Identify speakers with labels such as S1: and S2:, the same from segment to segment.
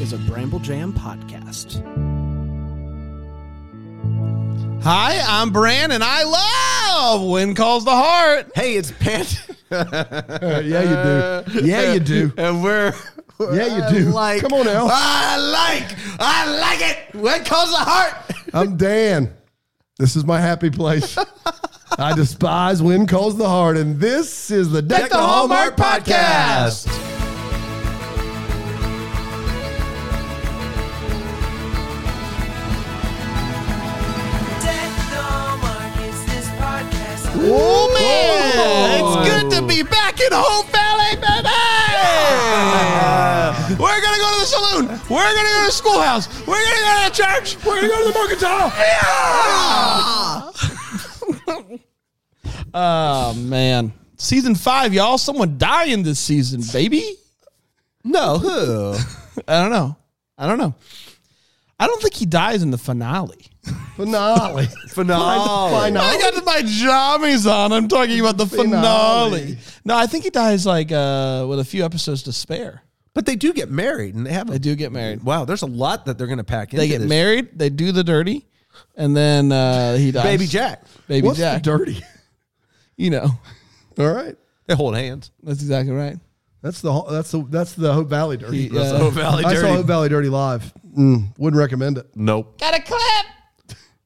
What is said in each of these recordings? S1: is a Bramble Jam podcast.
S2: Hi, I'm Bran, and I love When Calls the Heart.
S3: Hey, it's Pant.
S4: yeah, you do. Yeah, you do.
S2: And we're.
S4: Yeah, you do.
S2: Like,
S4: Come on, Al.
S2: I like, I like it. When Calls the Heart.
S4: I'm Dan. This is my happy place. I despise when calls the heart, and this is the Deck,
S2: the Hallmark podcast.
S5: Technomark is this podcast.
S2: Oh, man. It's good to be back in Home Valley, baby. We're going to go to the saloon. We're going to go to the schoolhouse. We're going to go to the church. We're going to go to the mercantile. oh, man. Season five, y'all. Someone dying this season, baby.
S3: no, who?
S2: I don't know. I don't know. I don't think he dies in the finale.
S4: Finale.
S3: Finale.
S2: I got my jammies on. I'm talking about the finale.
S4: Finale.
S2: No, I think he dies like uh, with a few episodes to spare.
S3: But they do get married, and they have. A,
S2: They do get married.
S3: Wow, there's a lot that they're going to pack into
S2: They get
S3: this.
S2: married. They do the dirty, and then uh, he dies.
S3: Baby Jack,
S2: Baby
S4: What's
S2: Jack.
S4: the dirty?
S2: you know,
S4: All right.
S3: they hold hands.
S2: that's exactly right.
S4: That's the that's the that's the Hope Valley dirty.
S2: He, uh,
S3: Hope Valley
S4: I saw
S3: dirty.
S4: Hope Valley dirty live. Mm, wouldn't recommend it.
S3: Nope.
S2: Got a clip.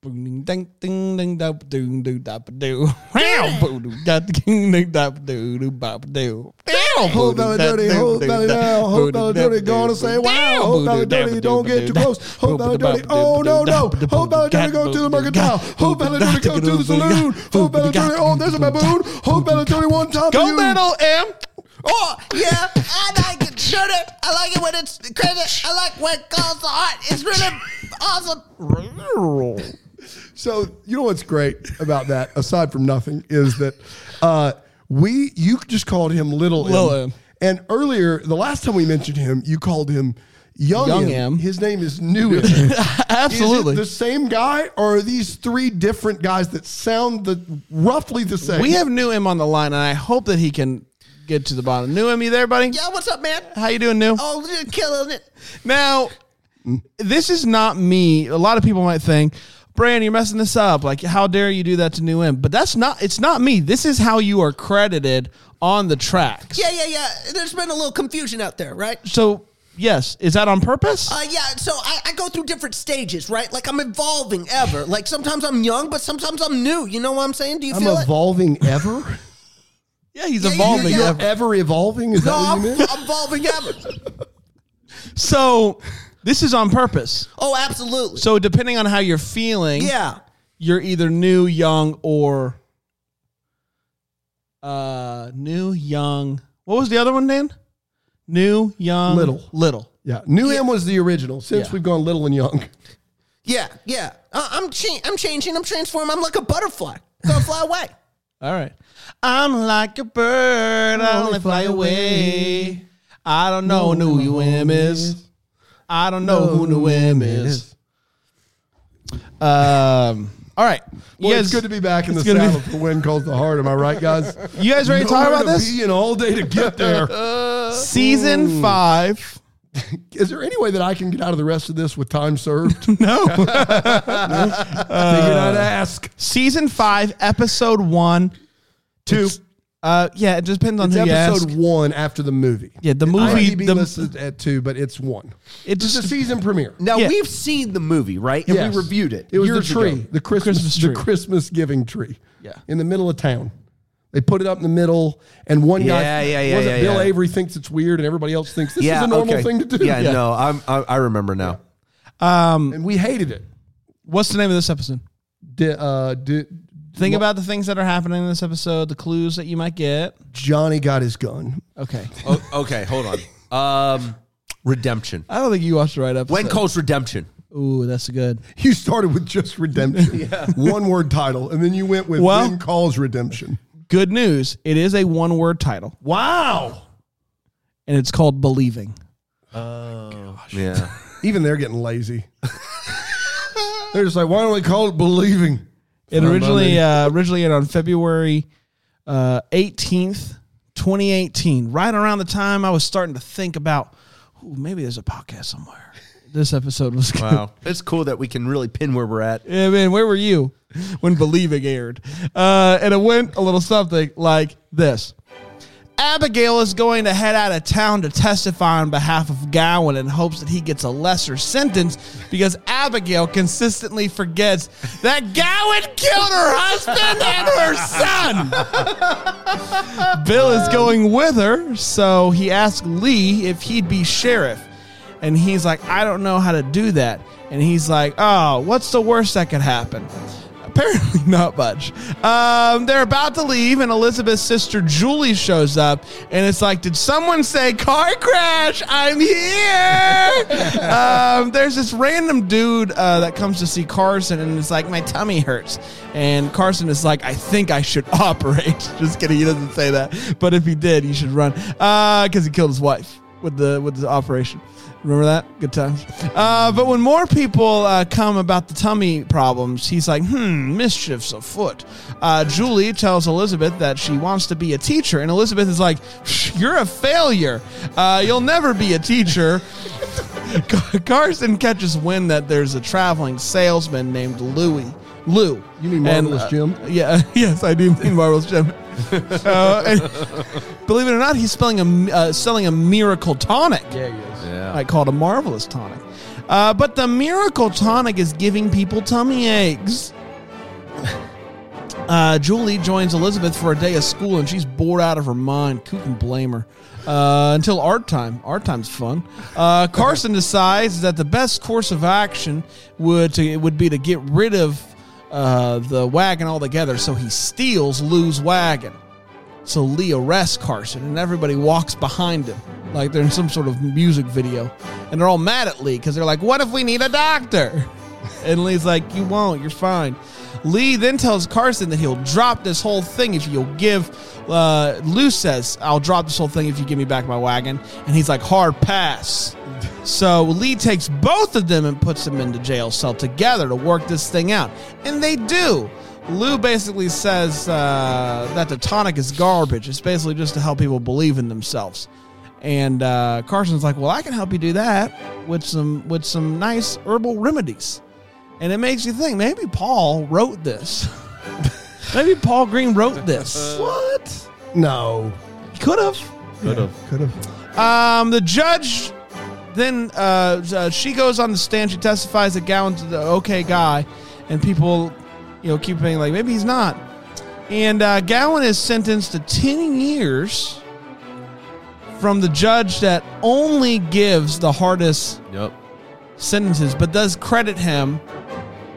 S2: Boom, ding, ding, ding, dop, doo, doo, dop, doo. Wow, boo, doo, dop, ding, ding, dop, doo, doo, bop, doo. Wow, boo,
S4: Hope
S2: doo,
S4: Valley
S2: dop,
S4: dirty,
S2: doo,
S4: Hope
S2: doo,
S4: Valley
S2: dop,
S4: now,
S2: boo, doo,
S4: Hope Valley
S2: dop,
S4: dirty,
S2: doo,
S4: gonna
S2: doo,
S4: say
S2: doo,
S4: wow,
S2: doo,
S4: Hope
S2: doo, doo,
S4: Valley dirty,
S2: doo,
S4: don't
S2: doo,
S4: get
S2: doo,
S4: too
S2: doo,
S4: close,
S2: doo,
S4: Hope Valley
S2: doo,
S4: dirty,
S2: doo,
S4: oh
S2: doo, doo,
S4: no, no,
S2: doo, doo,
S4: Hope
S2: doo,
S4: Valley dirty,
S2: doo, doo,
S4: go to the
S2: doo,
S4: mercantile,
S2: doo,
S4: Hope
S2: doo,
S4: Valley
S2: doo,
S4: dirty,
S2: doo,
S4: go to the
S2: doo,
S4: saloon,
S2: doo,
S4: Hope
S2: doo,
S4: Valley
S2: doo,
S4: dirty, oh, there's a
S2: doo,
S4: baboon,
S2: doo,
S4: Hope
S2: doo,
S4: Valley
S2: doo,
S4: dirty, one time for
S2: Go
S4: you.
S2: metal, M.
S5: Oh, yeah, I like it. Shoot it. I like it when it's crazy. I like when it calls the heart. It's really awesome.
S4: So you know what's great about that, aside from nothing, is that uh, we you just called him Little,
S2: Little
S4: M.
S2: M.
S4: and earlier the last time we mentioned him, you called him Young,
S2: Young
S4: M.
S2: M.
S4: His name is New M.
S2: Absolutely.
S4: Is it the same guy, or are these three different guys that sound the roughly the same?
S2: We have New M on the line, and I hope that he can get to the bottom. New M, you there, buddy?
S5: Yeah, what's up, man?
S2: How you doing, New?
S5: Oh, you're killing it.
S2: Now, this is not me. A lot of people might think, Bran, you're messing this up. Like, how dare you do that to New M? But that's not. It's not me. This is how you are credited on the tracks.
S5: Yeah, yeah, yeah. There's been a little confusion out there, right?
S2: So, yes, is that on purpose?
S5: Uh, yeah, so I, I go through different stages, right? Like I'm evolving ever. Like sometimes I'm young, but sometimes I'm new. You know what I'm saying? Do you
S4: I'm
S5: feel it?
S4: evolving ever.
S2: yeah, he's
S5: yeah,
S2: evolving.
S5: yeah, yeah.
S2: ever.
S4: ever evolving is
S5: No,
S4: that
S5: I'm,
S4: what you meant?
S5: I'm evolving ever.
S2: So, this is on purpose.
S5: Oh, absolutely.
S2: So, depending on how you're feeling,
S5: yeah.
S2: you're either new, young, or uh new, young. What was the other one, Dan? New, young,
S4: Little.
S2: little.
S4: Yeah, New M was the original. Since
S2: Yeah.
S4: we've gone little and young,
S5: Yeah, yeah. Uh, I'm cha- I'm changing. I'm transforming. I'm like a butterfly. Gonna fly away.
S2: All right. I'm like a bird, I only fly away. I don't know who new M is. I don't know who Oh, new M is. Um. All right.
S4: Boy,
S2: you guys,
S4: it's good to be back in
S2: it's
S4: the
S2: good to be-
S4: saddle for when calls the heart. Am I right, guys?
S2: You guys ready to uh, talk
S4: Nowhere
S2: about
S4: to
S2: this?
S4: Be in all day to get there.
S2: Season five.
S4: Is there any way that I can get out of the rest of this with time served?
S2: No. Uh,
S4: Figured I'd ask.
S2: Season five, episode one, two.
S4: It's-
S2: Uh, yeah, it just depends on
S4: It's
S2: who you
S4: episode
S2: ask.
S4: one after the movie.
S2: Yeah, the
S4: It's
S2: movie-
S4: IMDb
S2: the-
S4: listed at two, but it's one.
S2: It
S4: It's a
S2: just
S4: season premiere.
S3: Now
S2: Yeah.
S3: we've seen the movie, right? And
S4: Yes.
S3: we reviewed it.
S4: It was
S3: years
S4: the tree,
S3: ago.
S4: the Christmas,
S2: Christmas
S4: the
S2: tree.
S4: Christmas giving tree.
S2: Yeah.
S4: in the middle of town. They put it up in the middle, and one
S3: Yeah,
S4: guy,
S3: yeah, yeah,
S4: was it
S3: yeah,
S4: Bill
S3: yeah.
S4: Avery thinks it's weird, and everybody else thinks this
S3: yeah,
S4: is a normal
S3: okay.
S4: thing to do.
S3: Yeah, no, I'm, I, I remember now.
S4: and we hated it.
S2: What's the name of this episode?
S4: D- uh, d-
S2: Think about the things that are happening in this episode, the clues that you might get.
S4: Johnny got his gun.
S2: Okay.
S3: O- okay, hold on. Um, redemption.
S2: I don't think you watched the right episode.
S3: When calls redemption?
S2: Ooh, that's good.
S4: You started with just redemption, one word title, and then you went with
S2: Well-
S4: when calls redemption.
S2: Good news. It is a one word title,
S4: Wow.
S2: and it's called Believing.
S3: Yeah.
S4: Even they're getting lazy. they're just like, why don't we call it believing?
S2: It originally uh, originally aired on February uh, eighteenth, twenty eighteen. Right around the time I was starting to think about, ooh, maybe there's a podcast somewhere. This episode was good.
S3: Wow. It's cool that we can really pin where we're at.
S2: Yeah, man, where were you when Believing aired? Uh, and it went a little something like this Abigail is going to head out of town to testify on behalf of Gowan in hopes that he gets a lesser sentence because Abigail consistently forgets that Gowan killed her husband and her son. Bill is going with her, so he asked Lee if he'd be sheriff. And he's like, I don't know how to do that. And he's like, Oh, what's the worst that could happen? Apparently, not much. Um, they're about to leave, and Elizabeth's sister Julie shows up, and it's like, Did someone say car crash? I'm here. um, there's this random dude uh, that comes to see Carson, and it's like, My tummy hurts. And Carson is like, I think I should operate. Just kidding. He doesn't say that. But if he did, he should run because he killed his wife with the with the operation. Remember that? Good times. Uh, but when more people uh, come about the tummy problems, he's like, hmm, mischief's afoot. Uh, Julie tells Elizabeth that she wants to be a teacher, and Elizabeth is like, "Psh, you're a failure. Uh, you'll never be a teacher. Car- Carson catches wind that there's a traveling salesman named Louie. Lou.
S4: You mean
S2: And, uh,
S4: Marvelous Jim?
S2: Yeah, yes, I do mean Marvelous Jim. Uh, and believe it or not, he's selling a, uh, selling a miracle tonic.
S3: Yeah.
S2: I call it a marvelous tonic. Uh, but the miracle tonic is giving people tummy aches. Uh, Julie joins Elizabeth for a day of school, and she's bored out of her mind. Who can blame her? Uh, until art time. Art time's fun. Uh, Carson decides that the best course of action would to, would be to get rid of uh, the wagon altogether. So he steals Lou's wagon. So Lee arrests Carson, and everybody walks behind him like they're in some sort of music video. And they're all mad at Lee because they're like, What if we need a doctor? And Lee's like, You won't, you're fine. Lee then tells Carson that he'll drop this whole thing if you'll give. Uh, Lou says, I'll drop this whole thing if you give me back my wagon. And he's like, Hard pass. So Lee takes both of them and puts them into jail cell together to work this thing out. And they do. Lou basically says uh, that the tonic is garbage. It's basically just to help people believe in themselves. And uh, Carson's like, "Well, I can help you do that with some with some nice herbal remedies." And it makes you think maybe Paul wrote this. maybe Paul Green wrote this.
S4: What? No.
S2: Could have.
S4: Could have.
S2: Um, the judge then uh, uh, she goes on the stand. She testifies that Gowan's the okay guy, and people, you know, keep being like, maybe he's not. And uh, Gowan is sentenced to ten years from the judge that only gives the hardest
S3: Yep.
S2: sentences, but does credit him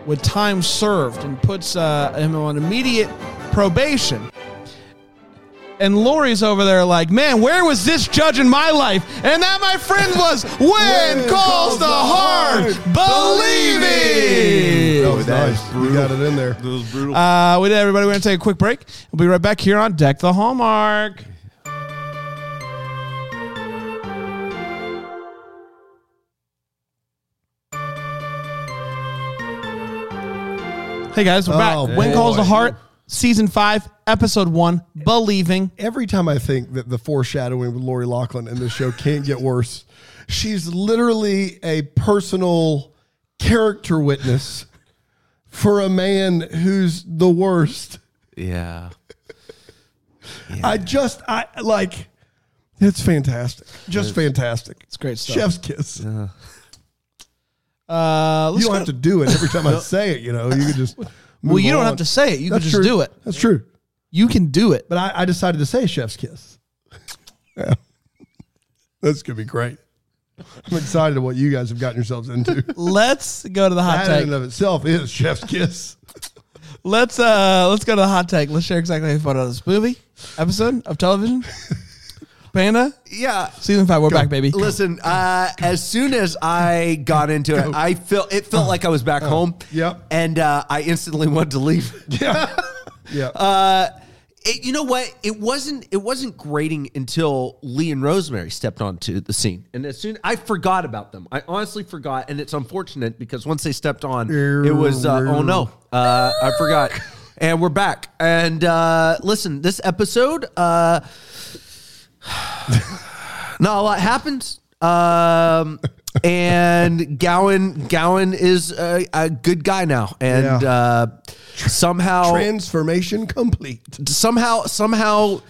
S2: with time served and puts uh, him on immediate probation. And Lori's over there like, man, where was this judge in my life? And that, my friend, was when calls the heart believing.
S4: That was
S3: That is
S4: nice. You got it in there.
S3: was brutal.
S2: Uh, with that, everybody, we're going to take a quick break. We'll be right back here on Deck the Hallmark. Hey guys, we're
S4: Oh,
S2: back. When
S4: boy.
S2: Calls the Heart, Season 5, Episode 1, Believing.
S4: Every time I think that the foreshadowing with Lori Lachlan in this show can't get worse, she's literally a personal character witness for a man who's the worst.
S3: yeah.
S4: I just, I like, it's fantastic. Just fantastic. It's
S2: great stuff.
S4: Chef's kiss.
S2: Uh, let's
S4: you don't
S2: go
S4: have to do it every time I say it, you know. You can just.
S2: well, you don't have to say it. You can just do it.
S4: That's true.
S2: You can do it.
S4: But I, I decided to say chef's kiss. Yeah. That's going to be great. I'm excited at what you guys have gotten yourselves into.
S2: Let's go to the hot
S4: that in
S2: take.
S4: and of itself is chef's kiss.
S2: Let's uh let's go to the hot take. Let's share exactly how you felt about this movie, episode of television. Panda,
S3: Yeah.
S2: season five, we're back, baby.
S3: Listen, uh, as soon as I got into it, I felt it felt like I was back home.
S4: Yep.
S3: And uh, I instantly wanted to leave.
S4: Yeah. yeah.
S3: Uh, it, you know what? It wasn't. It wasn't grating until Lee and Rosemary stepped onto the scene, and as soon I forgot about them. I honestly forgot, and it's unfortunate because once they stepped on, it was uh, oh no, uh, I forgot, and we're back. And uh, listen, this episode, uh, not a lot happens. Um, and Gowan Gowan is a, a good guy now, and
S4: Yeah.
S3: uh, somehow
S4: Transformation complete.
S3: somehow somehow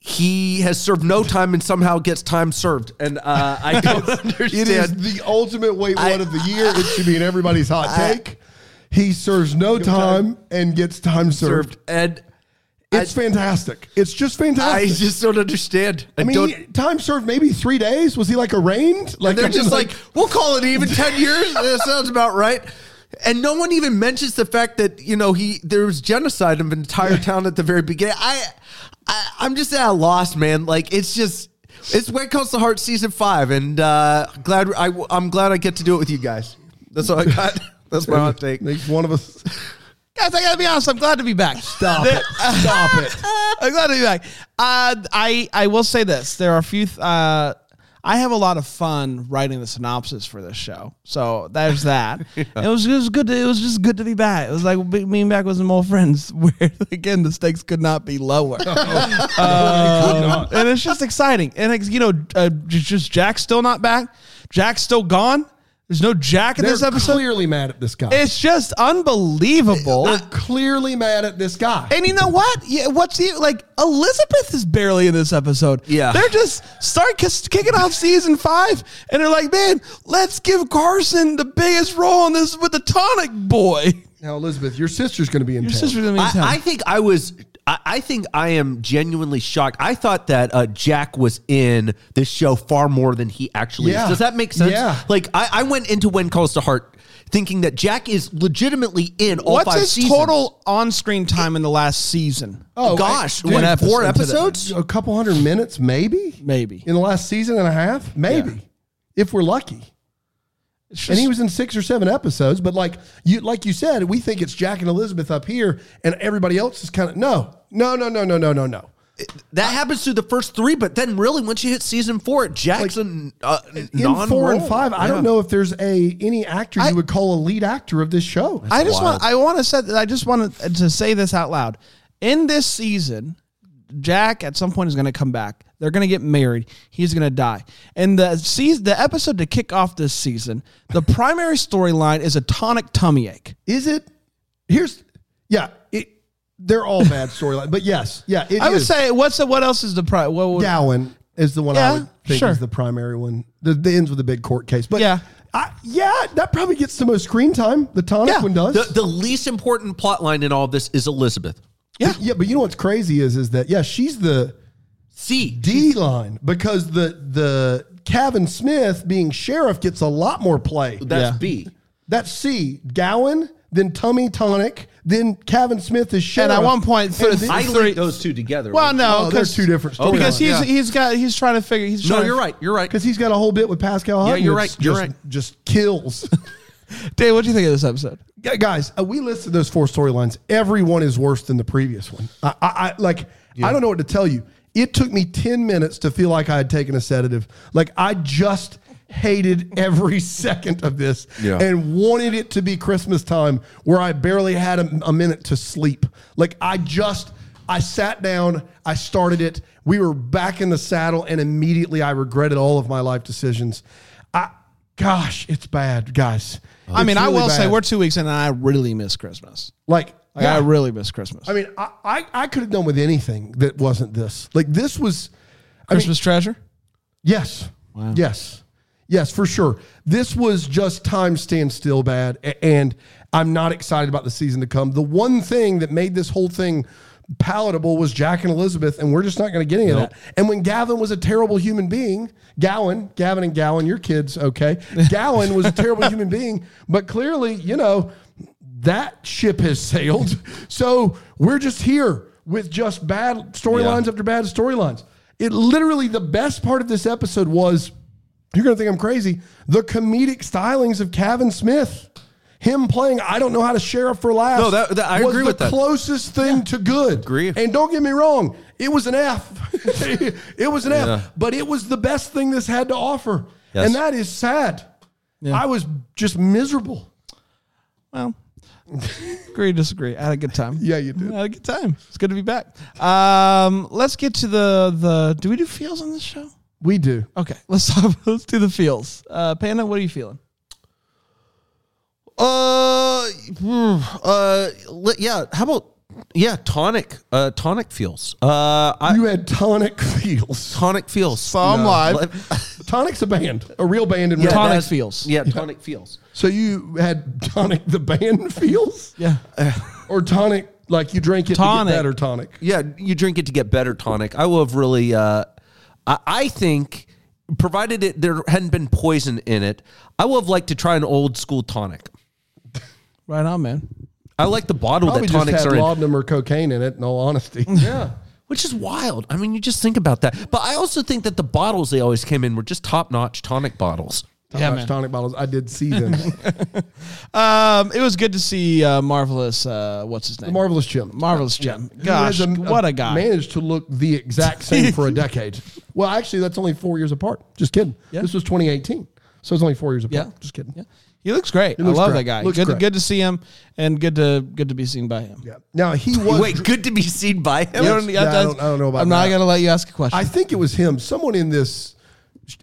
S3: he has served no time and somehow gets time served, and uh, I don't
S4: It is
S3: understand.
S4: the ultimate weight one of the year. It should be in everybody's hot take. He serves no time, and gets time served.
S3: Served and
S4: It's fantastic. It's just
S3: I
S4: fantastic.
S3: just don't understand. I,
S4: I mean,
S3: don't.
S4: he- time served maybe three days. Was he like arraigned? Like
S3: They're
S4: I'm
S3: just like, we'll call it even ten years. that sounds about right. And no one even mentions the fact that you know he there was genocide of an entire town at the very beginning. I, I I'm just at a loss, man. Like it's just it's Wet Coast the Heart season five, and uh, glad I I'm glad I get to do it with you guys. That's all I got. That's my hot take.
S4: Makes one of us.
S2: Guys, I gotta be honest. I'm glad to be back.
S4: Stop it. Stop it.
S2: I'm glad to be back. Uh, I I will say this: there are a few. Th- uh, I have a lot of fun writing the synopsis for this show, so there's that. It was it was good. To, it was just good to be back. It was like be- being back with some old friends. Where again, the stakes could not be lower, Um, and it's just exciting. And it's, you know, uh, j- just Jack's still not back. Jack's still gone. There's no Jack in
S4: They're
S2: this episode.
S4: clearly mad at this guy.
S2: It's just unbelievable.
S4: They're clearly mad at this guy.
S2: And you know what? Yeah, what's the like? Elizabeth is barely in this episode.
S3: Yeah.
S2: they're just start kiss- kicking off season five, and they're like, "Man, let's give Carson the biggest role in this with the Tonic Boy."
S4: Now, Elizabeth, your sister's going to be in
S2: Your
S4: town.
S2: sister's gonna be in town.
S3: I, I think I was. I, I think I am genuinely shocked. I thought that uh, Jack was in this show far more than he actually
S4: Yeah.
S3: is. Does that make sense?
S4: Yeah.
S3: Like I, I went into When Calls to Heart thinking that Jack is legitimately in all
S2: what's
S3: five
S2: his
S3: seasons.
S2: total on-screen time in the last season?
S4: Oh,
S3: Gosh,
S4: I-
S3: what,
S4: dude,
S3: four
S2: episode to the-
S3: episodes?
S4: a couple hundred minutes, maybe,
S2: Maybe.
S4: in the last season and a half, maybe, if we're lucky.
S2: It's just-
S4: And he was in six or seven episodes, but like you, like you said, we think it's Jack and Elizabeth up here, and everybody else is kind of no, no, no, no, no, no, no, no.
S3: That happens through the first three, but then really once you hit season four, Jackson uh,
S4: In
S3: non
S4: four and five, I don't know if there's a any actor
S2: I-
S4: you would call a lead actor of this show.
S2: I just
S3: wild.
S2: want. I want to say that. I just wanted to say this out loud. In this season, Jack at some point is going to come back. They're going to get married. He's going to die. And the season, the episode to kick off this season, the primary storyline is a tonic tummy ache.
S4: Is it? Here's yeah. It, they're all bad storyline, but yes, yeah. It
S2: I would
S4: is.
S2: say what's the, what else is the pri- what, would-
S4: Gowan is the one
S2: Yeah,
S4: I would think
S2: sure.
S4: is the primary one. The, the ends with a big court case, but
S2: Yeah.
S4: I, yeah, that probably gets the most screen time. The tonic
S2: Yeah.
S4: one does.
S3: The, the least important plot line in all of this is Elizabeth.
S2: yeah.
S4: yeah, but you know what's crazy is is that yeah, she's the
S3: C.
S4: D line because the the Kevin Smith being sheriff gets a lot more play.
S3: That's
S2: Yeah.
S3: B.
S4: That's C. Gowan, then Tummy Tonic, then Kevin Smith is sheriff.
S2: And at one point, th-
S4: And then-
S3: I
S2: Three.
S3: linked those two together.
S2: Well, no,
S4: Oh, they're
S2: 'cause-
S4: two different storylines.
S2: Because he's
S3: Yeah.
S2: he's got he's trying to figure. He's
S3: no,
S2: trying
S3: you're
S2: to,
S3: right. You're right.
S4: because he's got a whole bit with Pascal. Hutton
S3: you're
S4: that's
S3: right, you're
S4: just,
S3: right.
S4: Just kills.
S2: Dave, what do you think of this episode?
S4: Gu- guys, uh, we listed those four storylines. Every one is worse than the previous one. I, I, I like. I don't know what to tell you. It took me ten minutes to feel like I had taken a sedative. Like I just hated every second of this
S3: Yeah.
S4: and wanted it to be Christmas time where I barely had a, a minute to sleep. Like I just. I sat down, I started it. We were back in the saddle, and immediately I regretted all of my life decisions. I, gosh, it's bad, guys.
S2: I mean,
S4: It's
S2: I
S4: really
S2: will say
S4: bad.
S2: we're two weeks in, and I really miss Christmas.
S4: Like,
S2: Like, I really miss Christmas.
S4: I mean, I, I, I could have done with anything that wasn't this. Like, this was,
S2: Christmas treasure.
S4: yes, yes, yes, for sure. This was just time stand still bad. a- And I'm not excited about the season to come. The one thing that made this whole thing palatable was Jack and Elizabeth, and we're just not going to get any of that. And when Gavin was a terrible human being, Gowan, Gavin and Gowan, your kids, okay. Gowan was a terrible human being, but clearly, you know, that ship has sailed. So we're just here with just bad storylines after bad storylines. It literally, the best part of this episode was you're going to think I'm crazy the comedic stylings of Kevin Smith. Him playing, I don't know how to sheriff for laughs.
S3: No, that- that- I
S4: was
S3: agree
S4: the
S3: with that.
S4: Closest thing to good.
S3: Agree.
S4: And don't get me wrong, it was an F. it was an F, but it was the best thing this had to offer,
S3: Yes.
S4: and that is sad. I was just miserable.
S2: Well, agree, disagree. I had a good time.
S4: Yeah, you
S2: I
S4: did.
S2: had a good time. It's good to be back. Um, let's get to the the. Do we do feels on this show?
S4: We do.
S2: Okay, let's talk, let's do the feels. Uh, Panda, what are you feeling?
S3: Uh, hmm, uh, li- yeah. How about yeah? Tonic, uh, tonic feels. Uh, I,
S4: You had Tonic
S2: Uh,
S4: Feels.
S3: tonic feels.
S2: Some
S3: live.
S4: Tonic's a band, a real band in
S2: Tonic
S3: that's-
S2: feels.
S3: Yeah, tonic feels.
S4: So you had Tonic the band Feels?
S2: Yeah,
S4: Or Tonic, like you drank it
S2: Tonic.
S4: to get better Tonic?
S3: Yeah, you drink it to get better tonic. I will have really. Uh, I, I think, provided it there hadn't been poison in it, I would have liked to try an old school tonic.
S2: right on, man.
S3: I like the bottle
S4: Probably
S3: that
S4: just
S3: tonics
S4: had
S3: are in.
S4: laudanum or cocaine in it, in all honesty. Yeah.
S3: which is wild. I mean, you just think about that. But I also think that the bottles they always came in were just top notch tonic bottles.
S2: Yeah,
S4: yeah,
S2: man.
S4: tonic bottles. I did see them.
S2: Um, it was good to see uh, marvelous. Uh, what's his name?
S4: Marvelous Jim.
S2: marvelous Jim.
S4: Who has
S2: Gosh, what a guy!
S4: Managed to look the exact same for a decade. Well, actually, that's only four years apart. Just kidding.
S2: Yeah.
S4: This was 2018. So it's only four years apart.
S2: Yeah.
S4: Just kidding.
S2: Yeah. He looks great. I
S4: looks
S2: love
S4: great.
S2: that guy.
S4: Looks
S2: good,
S4: great.
S2: good to see him, and good to good to be seen by him.
S4: Yeah. Now, he was.
S3: Wait, good to be seen by him.
S2: You don't-
S4: Yeah, I don't- I don't know about
S2: I'm not
S4: that.
S2: gonna let you ask a question.
S4: I think it was him. Someone in this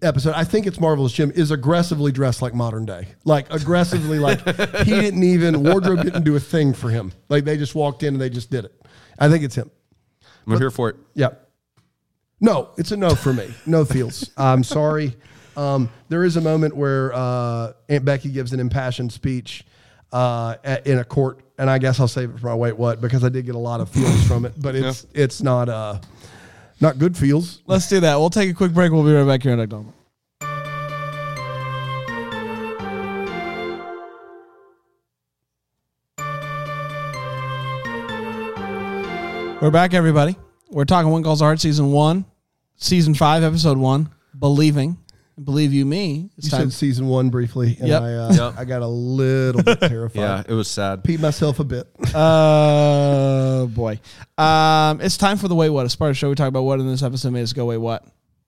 S4: episode, I think it's Marvelous Jim, is aggressively dressed like modern day. Like aggressively, like he didn't even wardrobe didn't do a thing for him. Like they just walked in and they just did it. I think it's him.
S3: I'm here for it.
S4: Yeah. No, it's a no for me. No feels. I'm sorry. Um, there is a moment where uh, Aunt Becky gives an impassioned speech uh, at, in a court, and I guess I'll save it for my wait what because I did get a lot of feels from it, but it's it's not uh, not good feels.
S2: Let's do that. We'll take a quick break. We'll be right back here in Oklahoma. We're back, everybody. We're talking One Calls Art Season 1, Season 5, Episode 1, Believing. Believe you me. It's
S4: You
S2: time.
S4: said season one briefly, and
S2: Yep.
S4: I uh, I got a little bit terrified.
S3: Yeah, it was sad.
S4: Peed myself a bit.
S2: Uh, boy. Um, it's time for the Way What, a Sparta show. We talk about what in this episode made us go, Wait, what?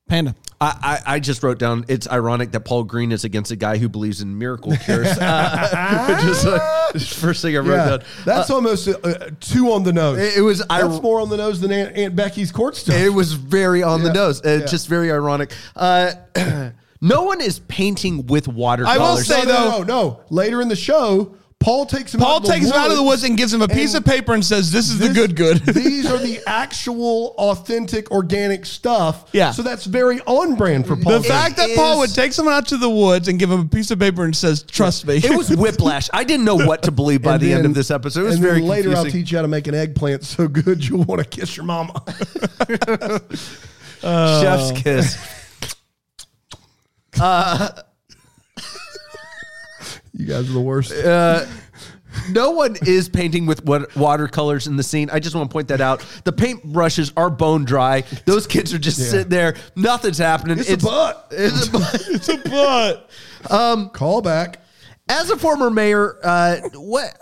S2: Panda.
S3: I, I, I just wrote down it's ironic that Paul Green is against a guy who believes in miracle cures. uh, which is uh, just first thing I wrote
S4: Yeah,
S3: down.
S4: that's almost uh, uh, two on the nose.
S3: It, it was I,
S4: that's more on the nose than Aunt, Aunt Becky's court stuff.
S3: It was very on the
S4: Yeah.
S3: nose. Uh,
S4: Yeah.
S3: Just very ironic. Uh, no one is painting with watercolors.
S2: will say-
S4: no, no,
S2: though-
S4: no, no. Later in the show, Paul takes him.
S2: Paul
S4: out of
S2: takes
S4: the
S2: him out of the woods
S4: woods
S2: and gives him a piece
S4: and
S2: of paper and says, This is the good good.
S4: these are the actual, authentic, organic stuff.
S2: Yeah.
S4: So that's very on brand for Paul.
S2: The fact that Paul
S3: is-
S2: would take someone out to the woods and give him a piece of paper and says, "Trust me."
S3: It was whiplash. I didn't know what to believe by
S4: And
S3: the end
S4: then-
S3: of this episode. It was
S4: and then
S3: very
S4: later. I'll
S3: confusing.
S4: teach you how to make an eggplant so good you'll want to kiss your mama. Oh.
S3: Chef's kiss.
S4: you guys are the worst.
S3: No one is painting with what watercolors in the scene. I just want to point that out. The paint brushes are bone dry. Those kids are just sitting there. Nothing's happening.
S4: it's, a butt.
S3: it's a bu-
S2: but
S4: Call back.
S3: as a former mayor, uh, what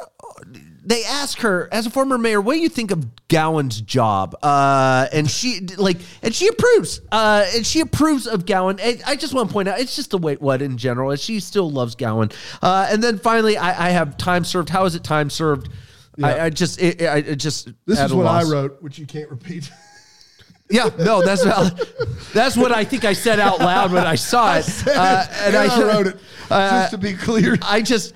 S3: they ask her as a former mayor, what do you think of Gowan's job? Uh, and she like, and she approves. Uh, and she approves of Gowan. And I just want to point out, it's just the wait what in general. And she still loves Gowan. Uh, and then finally, I, I have time served. How is it time served? I, I just, it, I it just.
S4: This
S3: at
S4: is
S3: a
S4: what
S3: loss.
S4: I wrote, which you can't repeat.
S3: Yeah, no, that's not, that's what I think I said out loud when I saw it, Uh,
S4: and I, wrote it just to be clear.
S3: I just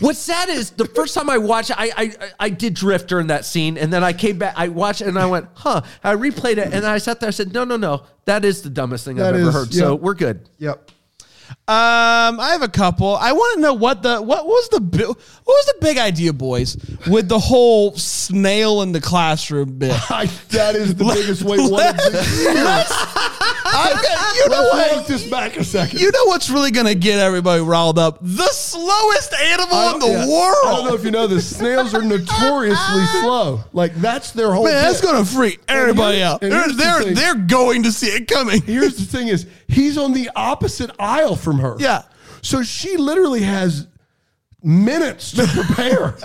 S3: what's sad is the first time I watched I, I I did drift during that scene and then I came back I watched it and I went, huh. I replayed it and I sat there I said, No, no, no, that is the dumbest thing I've
S4: That
S3: ever
S4: is-
S3: heard.
S4: yeah.
S3: So we're good.
S4: yep.
S2: um, I have a couple. I want to know what the what was the bi- what was the big idea, boys, with the whole snail in the classroom bit.
S4: I, that is the biggest way one of the
S2: I, you know
S4: Let's walk
S2: what?
S4: this back a second.
S2: You know what's really gonna get everybody riled up? The slowest animal in the
S4: yeah.
S2: world.
S4: I don't know if you know this. Snails are notoriously slow. Like that's their whole.
S2: Man, that's
S4: bit.
S2: gonna freak everybody
S4: here's-
S2: out.
S4: and
S2: They're
S4: here's the
S2: they're,
S4: thing.
S2: they're going to see it coming.
S4: Here's the thing: is he's on the opposite aisle from her.
S2: Yeah.
S4: So she literally has minutes to prepare.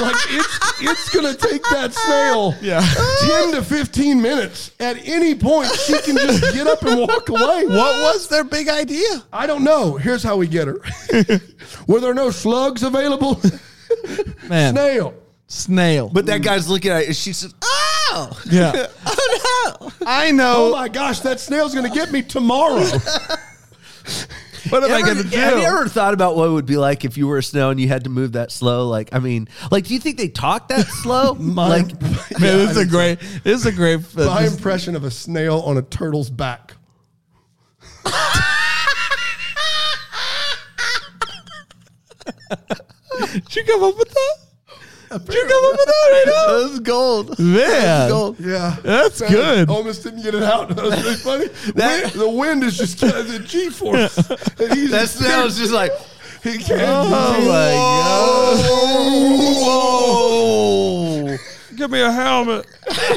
S4: like it's it's gonna take that snail
S2: Yeah.
S4: ten to fifteen minutes. At any point, she can just get up and walk away.
S2: What was their big idea?
S4: I don't know. Here's how we get her. Were there no slugs available?
S2: Man,
S4: Snail.
S2: snail.
S3: But that guy's looking at it, she says, Ah
S5: no!
S2: Yeah.
S5: Oh no!
S2: I
S4: Oh
S2: know.
S4: my gosh, that snail's gonna get me tomorrow.
S2: what am I
S3: Ever-
S2: going to do?
S3: Have you ever thought about what it would be like if you were a snow and you had to move that slow? Like, I mean, like, do you think they talk that slow? like,
S2: Man, this is a great. This is a great. uh,
S4: My
S2: this-
S4: impression of a snail on a turtle's back.
S2: Did you come up with that? Did you come up with that right
S3: that was gold.
S2: now? Man,
S3: gold.
S4: Yeah.
S2: that's good.
S4: Almost didn't get it out. That was really funny. Wind- the wind is just kind of the G force.
S3: That sounds just like,
S4: He can't.
S3: oh my god!
S2: Give me a helmet.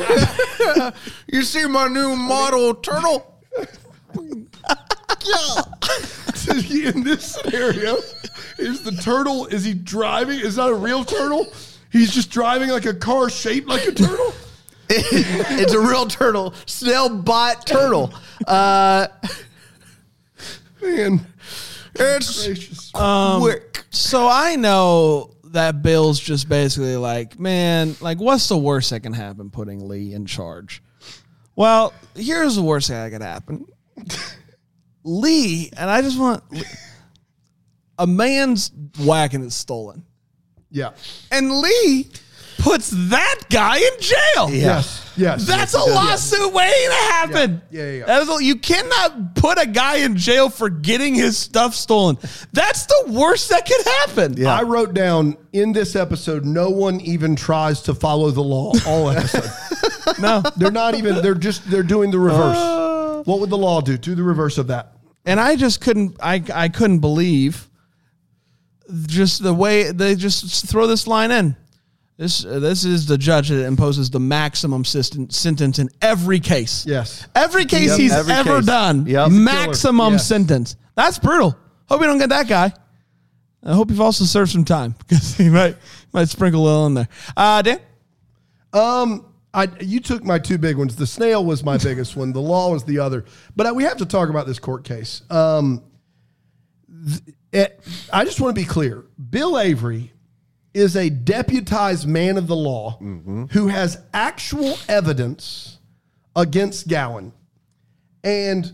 S3: You see my new model turtle?
S4: in this scenario, is the turtle? Is he driving? Is not a real turtle? He's just driving like a car shaped like a turtle.
S3: it's a real turtle, snail bot turtle. Uh,
S4: Man, Uh,
S3: it's
S4: gracious.
S3: quick.
S2: So I know that Bill's just basically like, man, like, what's the worst that can happen putting Lee in charge? Well, here's the worst thing that could happen. Lee, and I just want a man's wagon is stolen.
S4: yeah.
S2: And Lee puts that guy in jail.
S4: Yes. Yes.
S2: That's a lawsuit waiting to happen.
S4: Yeah, yeah, yeah.
S2: That is a- you cannot put a guy in jail for getting his stuff stolen. That's the worst that could happen.
S4: I wrote down in this episode, no one even tries to follow the law. All episode.
S2: No.
S4: They're not even. They're just. They're doing the reverse. what would the law do? Do the reverse of that.
S2: And I just couldn't I I couldn't believe just the way they just throw this line in. This uh, this is the judge that imposes the maximum sisten- sentence in every case.
S4: Yes.
S2: Every case
S3: Yep,
S2: he's
S3: every
S2: ever
S3: case.
S2: done.
S3: Yep.
S2: Maximum
S4: Yes.
S2: sentence. That's brutal. Hope you don't get that guy. I hope you've also served some time because he might might sprinkle a little in there. Uh, Dan,
S4: I, you took my two big ones. The snail was my biggest one. The law was the other. But I, we have to talk about this court case. Um, th- it- I just want to be clear. Bill Avery is a deputized man of the law who has actual evidence against Gowan. And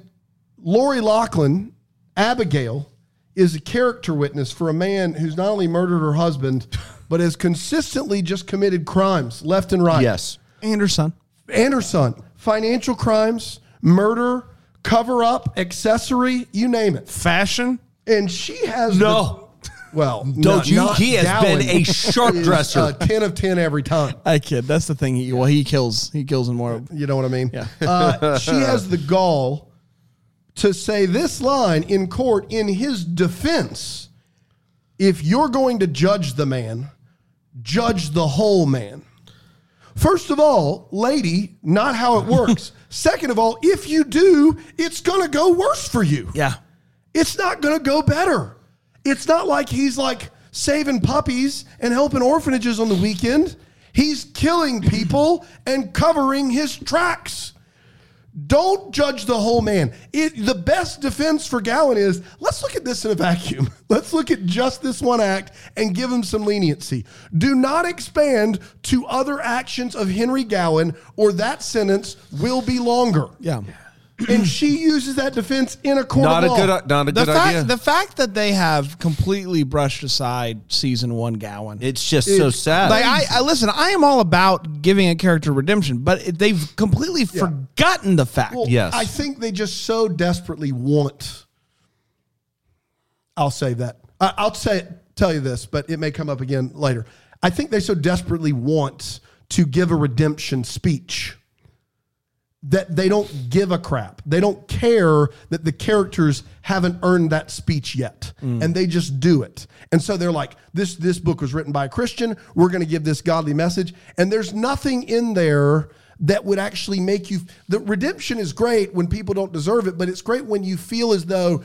S4: Lori Lachlan, Abigail, is a character witness for a man who's not only murdered her husband, but has consistently just committed crimes left and right
S3: Yes.
S2: Anderson,
S4: and her son. Financial crimes, murder, cover up, accessory, you name it.
S2: fashion.
S4: And she has the-
S3: No.
S4: well,
S3: Don't
S4: not-
S3: you?
S4: not
S3: He has
S4: Gowan
S3: been a sharp
S4: is,
S3: dresser.
S4: uh, ten of ten every time.
S2: I kid. That's the thing. He, well, he kills. He kills in more.
S4: You know what I mean? Yeah. Uh, she has the gall to say this line in court in his defense. If you're going to judge the man, judge the whole man. First of all, lady, not how it works. Second of all, if you do, it's going to go worse for you.
S2: Yeah.
S4: It's not going to go better. It's not like he's like saving puppies and helping orphanages on the weekend. He's killing people and covering his tracks. Don't judge the whole man. It, the best defense for Gowan is let's look at this in a vacuum. Let's look at just this one act and give him some leniency. Do not expand to other actions of Henry Gowan, or that sentence will be longer.
S2: Yeah.
S4: And she uses that defense in a court
S3: Not a
S4: of law.
S3: good, not a
S2: The
S3: good
S2: fact
S3: idea.
S2: the fact that they have completely brushed aside season one Gowan.
S3: it's just so sad.
S2: like I, I listen, I am all about giving a character redemption, but it, they've completely forgotten the fact.
S4: Well,
S3: Yes.
S4: I think they just so desperately want. I'll say that. I, I'll say tell you this, but it may come up again later. I think they so desperately want to give a redemption speech that they don't give a crap. They don't care that the characters haven't earned that speech yet.
S3: Mm.
S4: And they just do it. And so they're like, this this book was written by a Christian. We're going to give this godly message. And there's nothing in there that would actually make you the redemption is great when people don't deserve it, but it's great when you feel as though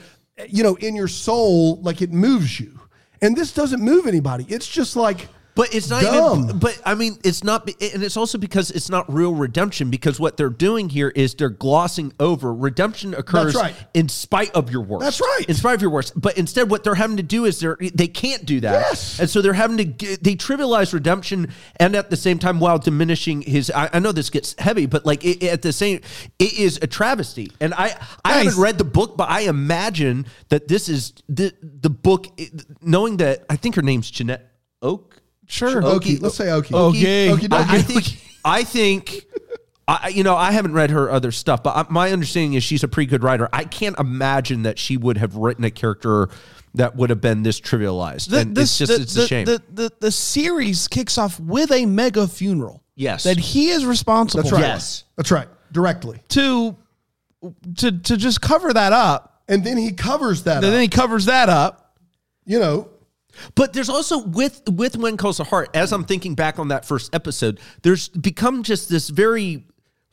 S4: you know in your soul like it moves you. And this doesn't move anybody. It's just like
S3: But it's not
S4: Dumb.
S3: even. But I mean, it's not. be- And it's also because it's not real redemption. Because what they're doing here is they're glossing over redemption occurs
S4: right.
S3: in spite of your worst.
S4: That's right.
S3: In spite of your worst. But instead, what they're having to do is they're they can't do that.
S4: Yes.
S3: And so they're having to g- they trivialize redemption, and at the same time, while diminishing his. I, I know this gets heavy, but like it, at the same, it is a travesty. And I I
S2: Nice.
S3: haven't read read the book, but I imagine that this is the the book. Knowing that, I think her name's Jeanette Oak.
S2: Sure.
S4: Okie. Let's say Okie.
S2: Okie. Okie
S3: I, I think. I think. I, you know, I haven't read her other stuff, but I, my understanding is she's a pretty good writer. I can't imagine that she would have written a character that would have been this trivialized.
S2: The,
S3: and
S2: this,
S3: it's just
S2: the,
S3: it's
S2: the,
S3: a shame.
S2: The, the, the series kicks off with a mega funeral.
S3: Yes.
S2: That he is responsible
S4: That's right.
S3: Yes.
S4: That's right. Directly.
S2: to to to just cover that up.
S4: And then he covers that.
S2: And
S4: up,
S2: then he covers that up.
S4: you know,
S3: But there's also with with When Calls the Heart, as I'm thinking back on that first episode, there's become just this very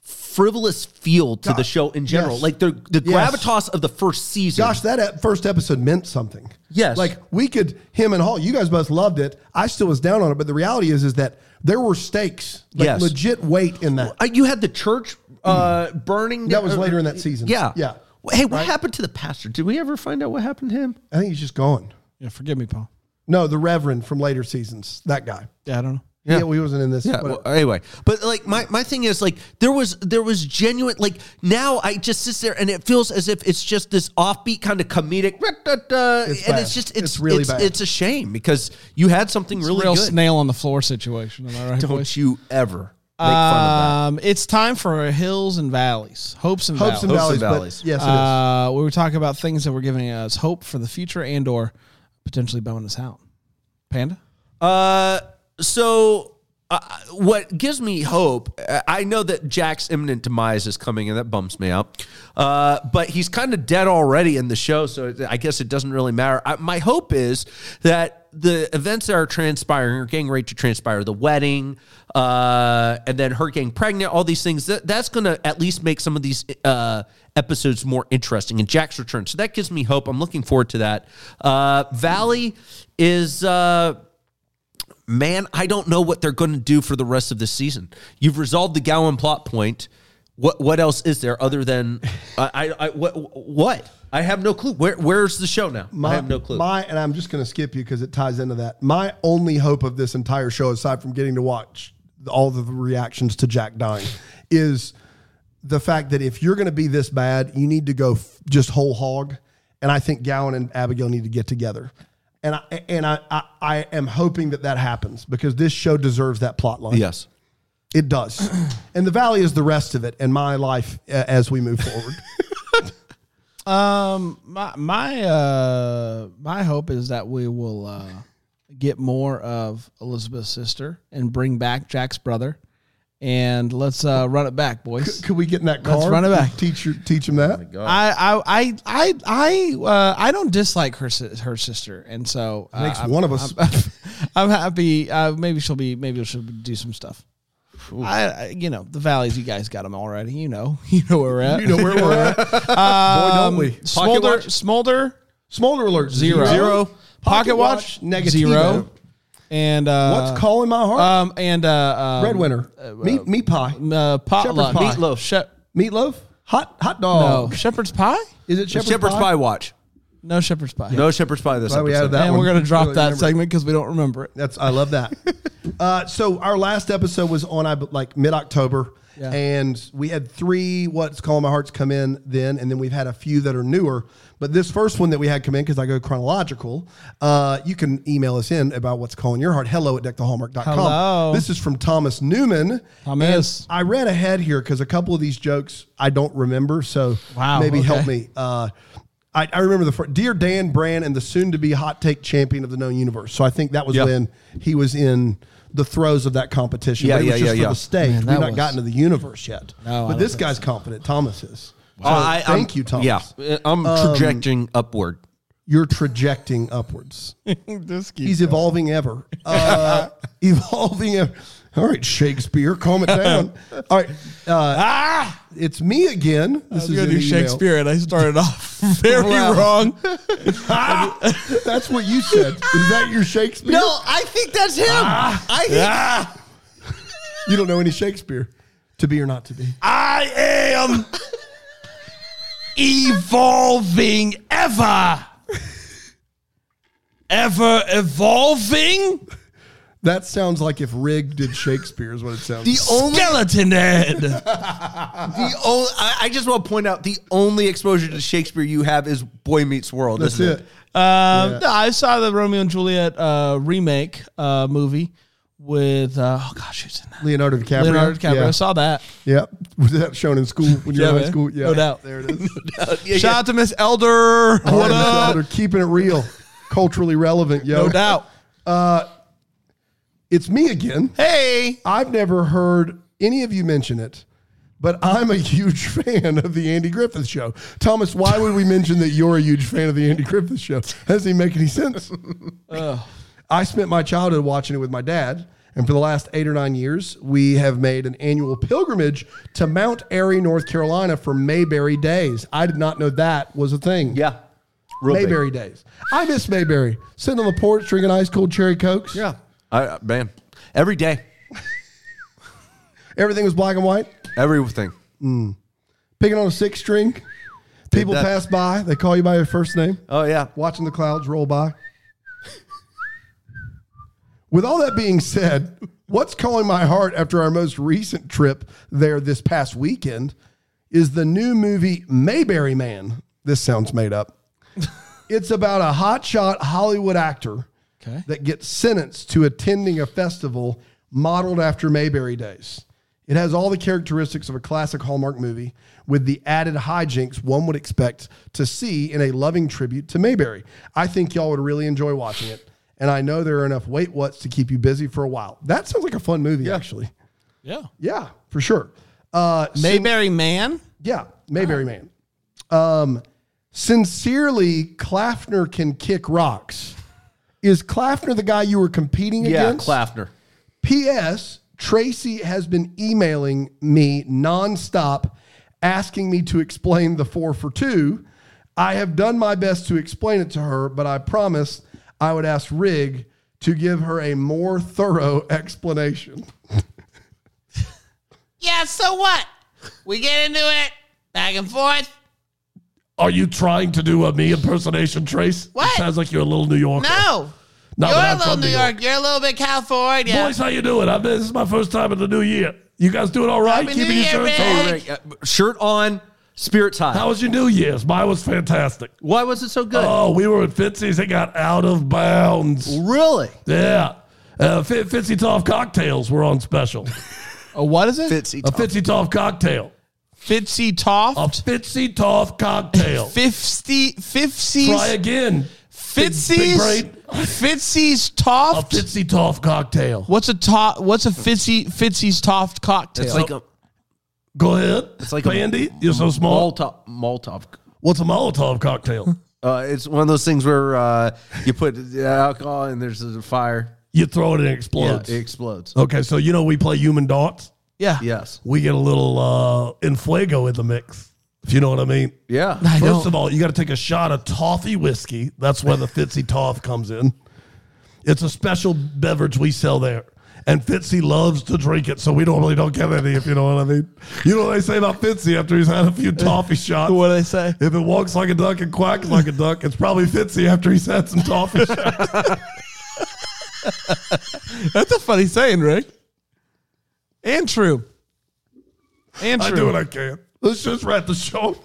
S3: frivolous feel to the show in general.
S4: Yes.
S3: Like the the
S4: Yes.
S3: gravitas of the first season.
S4: gosh, that ep- first episode meant something.
S3: Yes.
S4: Like we could him and Hall. You guys both loved it. I still was down on it, but the reality is, is that there were stakes. Like
S3: Yes.
S4: Legit weight in that.
S3: Uh, you had the church uh, burning.
S4: That was
S3: uh,
S4: later in that season.
S3: Yeah.
S4: Yeah.
S3: Hey, what happened to the pastor? Did we ever find out what happened to him?
S4: I think he's just gone.
S2: Yeah, forgive me, Paul.
S4: No, the Reverend from later seasons. That guy.
S2: Yeah, I don't know.
S4: Yeah, we wasn't in this.
S3: Yeah. Well, uh, anyway, but like my, my thing is like there was there was genuine like now I just sit there and it feels as if it's just this offbeat kind of comedic "Ra-da-da,"
S4: It's
S3: and
S4: bad.
S3: it's just it's
S4: It's really
S3: it's,
S4: bad.
S3: it's a shame because you had something really
S2: Real
S3: good.
S2: snail on the floor situation. Am I right, boys?
S3: Don't you ever make fun of
S2: Um, it's time for hills and valleys, hopes and valleys.
S4: Hopes and
S3: Hopes and
S4: valleys. but
S3: valleys.
S4: yes, it is.
S2: uh, where we talk about things that were giving us hope for the future and or potentially bumming us out. Panda,
S3: that. Uh, so uh, what gives me hope? uh, I know that Jack's imminent demise is coming, and that bumps me up. Uh, but he's kind of dead already in the show, so it- I guess it doesn't really matter. I, my hope is that the events that are transpiring are getting ready to transpire the wedding uh, and then her getting pregnant all these things that, that's going to at least make some of these uh, episodes more interesting and jack's return so that gives me hope i'm looking forward to that uh, valley is uh, man, I don't know what they're going to do for the rest of the season. You've resolved the Gowan plot point. What what else is there other than I, I, I what what I have no clue. Where where's the show now? I have no clue.
S4: My and I'm just going to skip you because it ties into that. My only hope of this entire show, aside from getting to watch all the reactions to Jack dying, is the fact that if you're going to be this bad, you need to go f- just whole hog. And I think Gowan and Abigail need to get together. And I and I, I I am hoping that that happens because this show deserves that plot line.
S3: yes.
S4: it does. and the valley is the rest of it and my life uh, as we move forward.
S2: um, my my uh, my hope is that we will uh, get more of Elizabeth's sister and bring back Jack's brother, and let's uh, run it back, boys.
S4: Could we get in that car?
S2: Let's run it back.
S4: Teach your, teach him that.
S2: I I I I I, uh, I don't dislike her si- her sister, and so uh,
S4: Makes
S2: I'm-
S4: one of us.
S2: I'm, I'm happy. Uh, maybe she'll be. Maybe she'll do some stuff. I, I, you know, the valleys. You guys got them already. You know, you know where we're at. Um,
S4: You know where we're at. Boy, don't we.
S2: Smolder, Smolder,
S4: Smolder alert
S2: zero,
S4: zero.
S2: Pocket watch,
S4: negativo.
S2: zero, and uh,
S4: What's calling my heart?
S2: um and uh, um,
S4: Red winter. meat meat pie.
S2: uh, potluck,
S4: pie.
S2: meatloaf, she-
S4: Meatloaf. Hot hot
S2: no
S4: dog.
S2: shepherd's pie,
S4: Is it shepherd's,
S3: Shepherd's, pie?
S4: pie?
S3: watch.
S2: no shepherd's pie,
S3: No Shepherd's pie this
S4: Glad we
S3: episode.
S4: added that
S2: and
S4: one.
S2: we're gonna drop
S4: Really
S2: that
S4: remember.
S2: segment because we don't remember it.
S4: That's I love that. uh, so our last episode was on I be- like mid October,
S2: Yeah.
S4: and we had three what's calling my hearts come in then, and then we've had a few that are newer. But this first one that we had come in because I go chronological. Uh, you can email us in about what's calling your heart. Hello at deckthehallmark.com.
S2: Hello.
S4: This is from Thomas Newman.
S2: Thomas.
S4: And I read ahead here because a couple of these jokes I don't remember, so
S2: Wow,
S4: maybe
S2: okay.
S4: help me. Uh, I, I remember the fir- dear Dan Brand and the soon-to-be hot take champion of the known universe. So I think that was
S3: Yeah.
S4: when he was in the throes of that competition.
S3: Yeah,
S4: but it was
S3: yeah,
S4: just
S3: yeah,
S4: for
S3: yeah.
S4: the stage.
S2: Man,
S4: We've
S2: that
S4: not
S2: was-
S4: gotten to the universe yet.
S2: No, I
S4: but
S2: don't
S4: this
S2: think
S4: guy's confident. Thomas is. So
S3: Uh, I- I'm-
S4: thank you, Thomas.
S3: Yeah, I'm projecting upward.
S4: You're trajecting upwards. He's evolving ever. Uh, evolving ever. All right, Shakespeare, calm it down. All right, uh,
S2: Ah,
S4: it's me again. This
S2: I was gonna
S4: in
S2: do
S4: the email.
S2: Shakespeare, and I started off very wrong.
S4: That's what you said. Is that your Shakespeare?
S5: No, I think that's him. I think
S2: Ah,
S4: You don't know any Shakespeare. To be or not to be.
S2: I am evolving ever. Ever evolving
S4: That sounds like if Rig did Shakespeare, is what it sounds
S3: The
S4: like.
S3: only,
S2: skeleton head.
S3: the only, I I just want to point out the only exposure to Shakespeare you have is Boy Meets World.
S4: That's
S3: isn't
S4: it.
S3: it?
S2: Um, no, I saw the Romeo and Juliet uh, remake uh, movie with uh, oh gosh, who's in that?
S4: Leonardo DiCaprio.
S2: Leonardo DiCaprio. I
S4: Yeah.
S2: saw that.
S4: Yep. Was that shown in school when you
S2: Yeah,
S4: were in
S2: man.
S4: high school? Yeah.
S2: No doubt.
S4: There it is.
S3: Uh, Yeah,
S2: Shout out to Miss Elder.
S4: All
S2: What
S4: right, Miss
S2: up?
S4: Elder, keeping it real, culturally relevant, yo.
S2: No doubt.
S4: It's me again.
S2: Hey,
S4: I've never heard any of you mention it, but I'm a huge fan of the Andy Griffith Show. Thomas, why would we mention that you're a huge fan of the Andy Griffith Show? That doesn't even make any sense. I spent my childhood watching it with my dad. And for the last eight or nine years, we have made an annual pilgrimage to Mount Airy, North Carolina for Mayberry Days. I did not know that was a thing.
S3: Yeah. Real big.
S4: Mayberry days. I miss Mayberry. Sitting on the porch drinking ice cold cherry cokes.
S3: Yeah. I, I- man, every day,
S4: Everything was black and white.
S3: everything.
S4: Picking on a six string. People
S3: that.
S4: pass by. They call you by your first name.
S3: Oh, yeah.
S4: Watching the clouds roll by. With all that being said, what's calling my heart after our most recent trip there this past weekend is the new movie Mayberry Man. This sounds made up. it's about a hotshot Hollywood actor
S2: Okay.
S4: that gets sentenced to attending a festival modeled after Mayberry Days. It has all the characteristics of a classic Hallmark movie with the added hijinks one would expect to see in a loving tribute to Mayberry. I think y'all would really enjoy watching it. And I know there are enough wait whats to keep you busy for a while. That sounds like a fun movie, actually.
S2: yeah,
S4: Yeah, for sure. Uh,
S2: Mayberry Man.
S4: yeah, Mayberry Man. Um, sincerely, Clafner can kick rocks. Is Clafner the guy you were competing
S3: Yeah,
S4: against?
S3: Clafner.
S4: P.S. Tracy has been emailing me nonstop, asking me to explain the four for two. I have done my best to explain it to her, but I promised I would ask Rig to give her a more thorough explanation.
S5: yeah. So what? We get into it back and forth.
S4: Are you trying to do a me impersonation, Trace?
S5: What? sounds
S4: like you're a little New Yorker.
S5: No,
S4: Not
S5: you're a little New York. You're a little bit California.
S4: how you doing? I this is my first time in the new year. You guys doing all right?
S5: Happy Keeping New your Year, shirts man. on?
S3: Rick, uh, shirt on, spirits high.
S6: How was your New Year's? Mine was fantastic.
S3: Why was it so good?
S6: Oh, we were at Fitzy's. It got out of bounds.
S3: really?
S6: Yeah. Uh, Fit- Fitzy Toff cocktails were on special.
S2: Uh, what is it?
S3: Fitzy.
S6: A Fitzy Toff cocktail.
S2: Fitzy
S6: A
S2: Toft.
S6: Fitzy Toff cocktail.
S2: Fifty.
S6: Try
S2: Fifties.
S6: again. Big
S2: Fitzy's.
S6: brain.
S2: Fitzy's
S6: A
S2: Toft.
S6: Fitzy Toff cocktail.
S2: What's a to- What's a Fitzy Fitzy's Toft cocktail?
S3: It's like a
S6: Go ahead. It's
S3: like a
S6: Bandy, you're so small.
S3: Molotov. Molotov.
S6: What's a Molotov cocktail?
S3: Uh, it's one of those things where uh, you put alcohol and there's a fire.
S6: you throw it and it
S3: Yeah,
S6: explodes.
S3: it explodes.
S6: okay, so you know we play human darts.
S2: yeah.
S3: Yes.
S6: We get a little uh, Enfuego in the mix, if you know what I mean.
S3: Yeah.
S2: I
S6: First
S2: don't.
S6: of all, you got to take a shot of toffee whiskey. That's where the Fitzy Toff comes in. It's a special beverage we sell there. And Fitzy loves to drink it, so we normally don't get any, if you know what I mean. You know what they say about Fitzy after he's had a few toffee shots?
S2: What do they say?
S6: If it walks like a duck and quacks like a duck, it's probably Fitzy after he's had some toffee shots.
S2: That's a funny saying, Rick. And true. And
S6: I
S2: true.
S6: do what I can. Let's just wrap the show.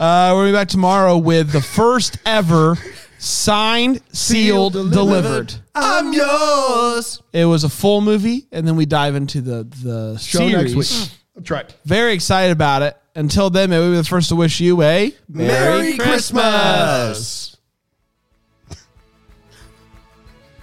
S2: Uh, we'll be back tomorrow with the first ever signed, sealed, delivered.
S3: I'm yours.
S2: It was a full movie, and then we dive into the the
S4: Show
S2: series.
S4: next week. That's right.
S2: Very excited about it. Until then, may we be the first to wish you a
S3: Merry Christmas.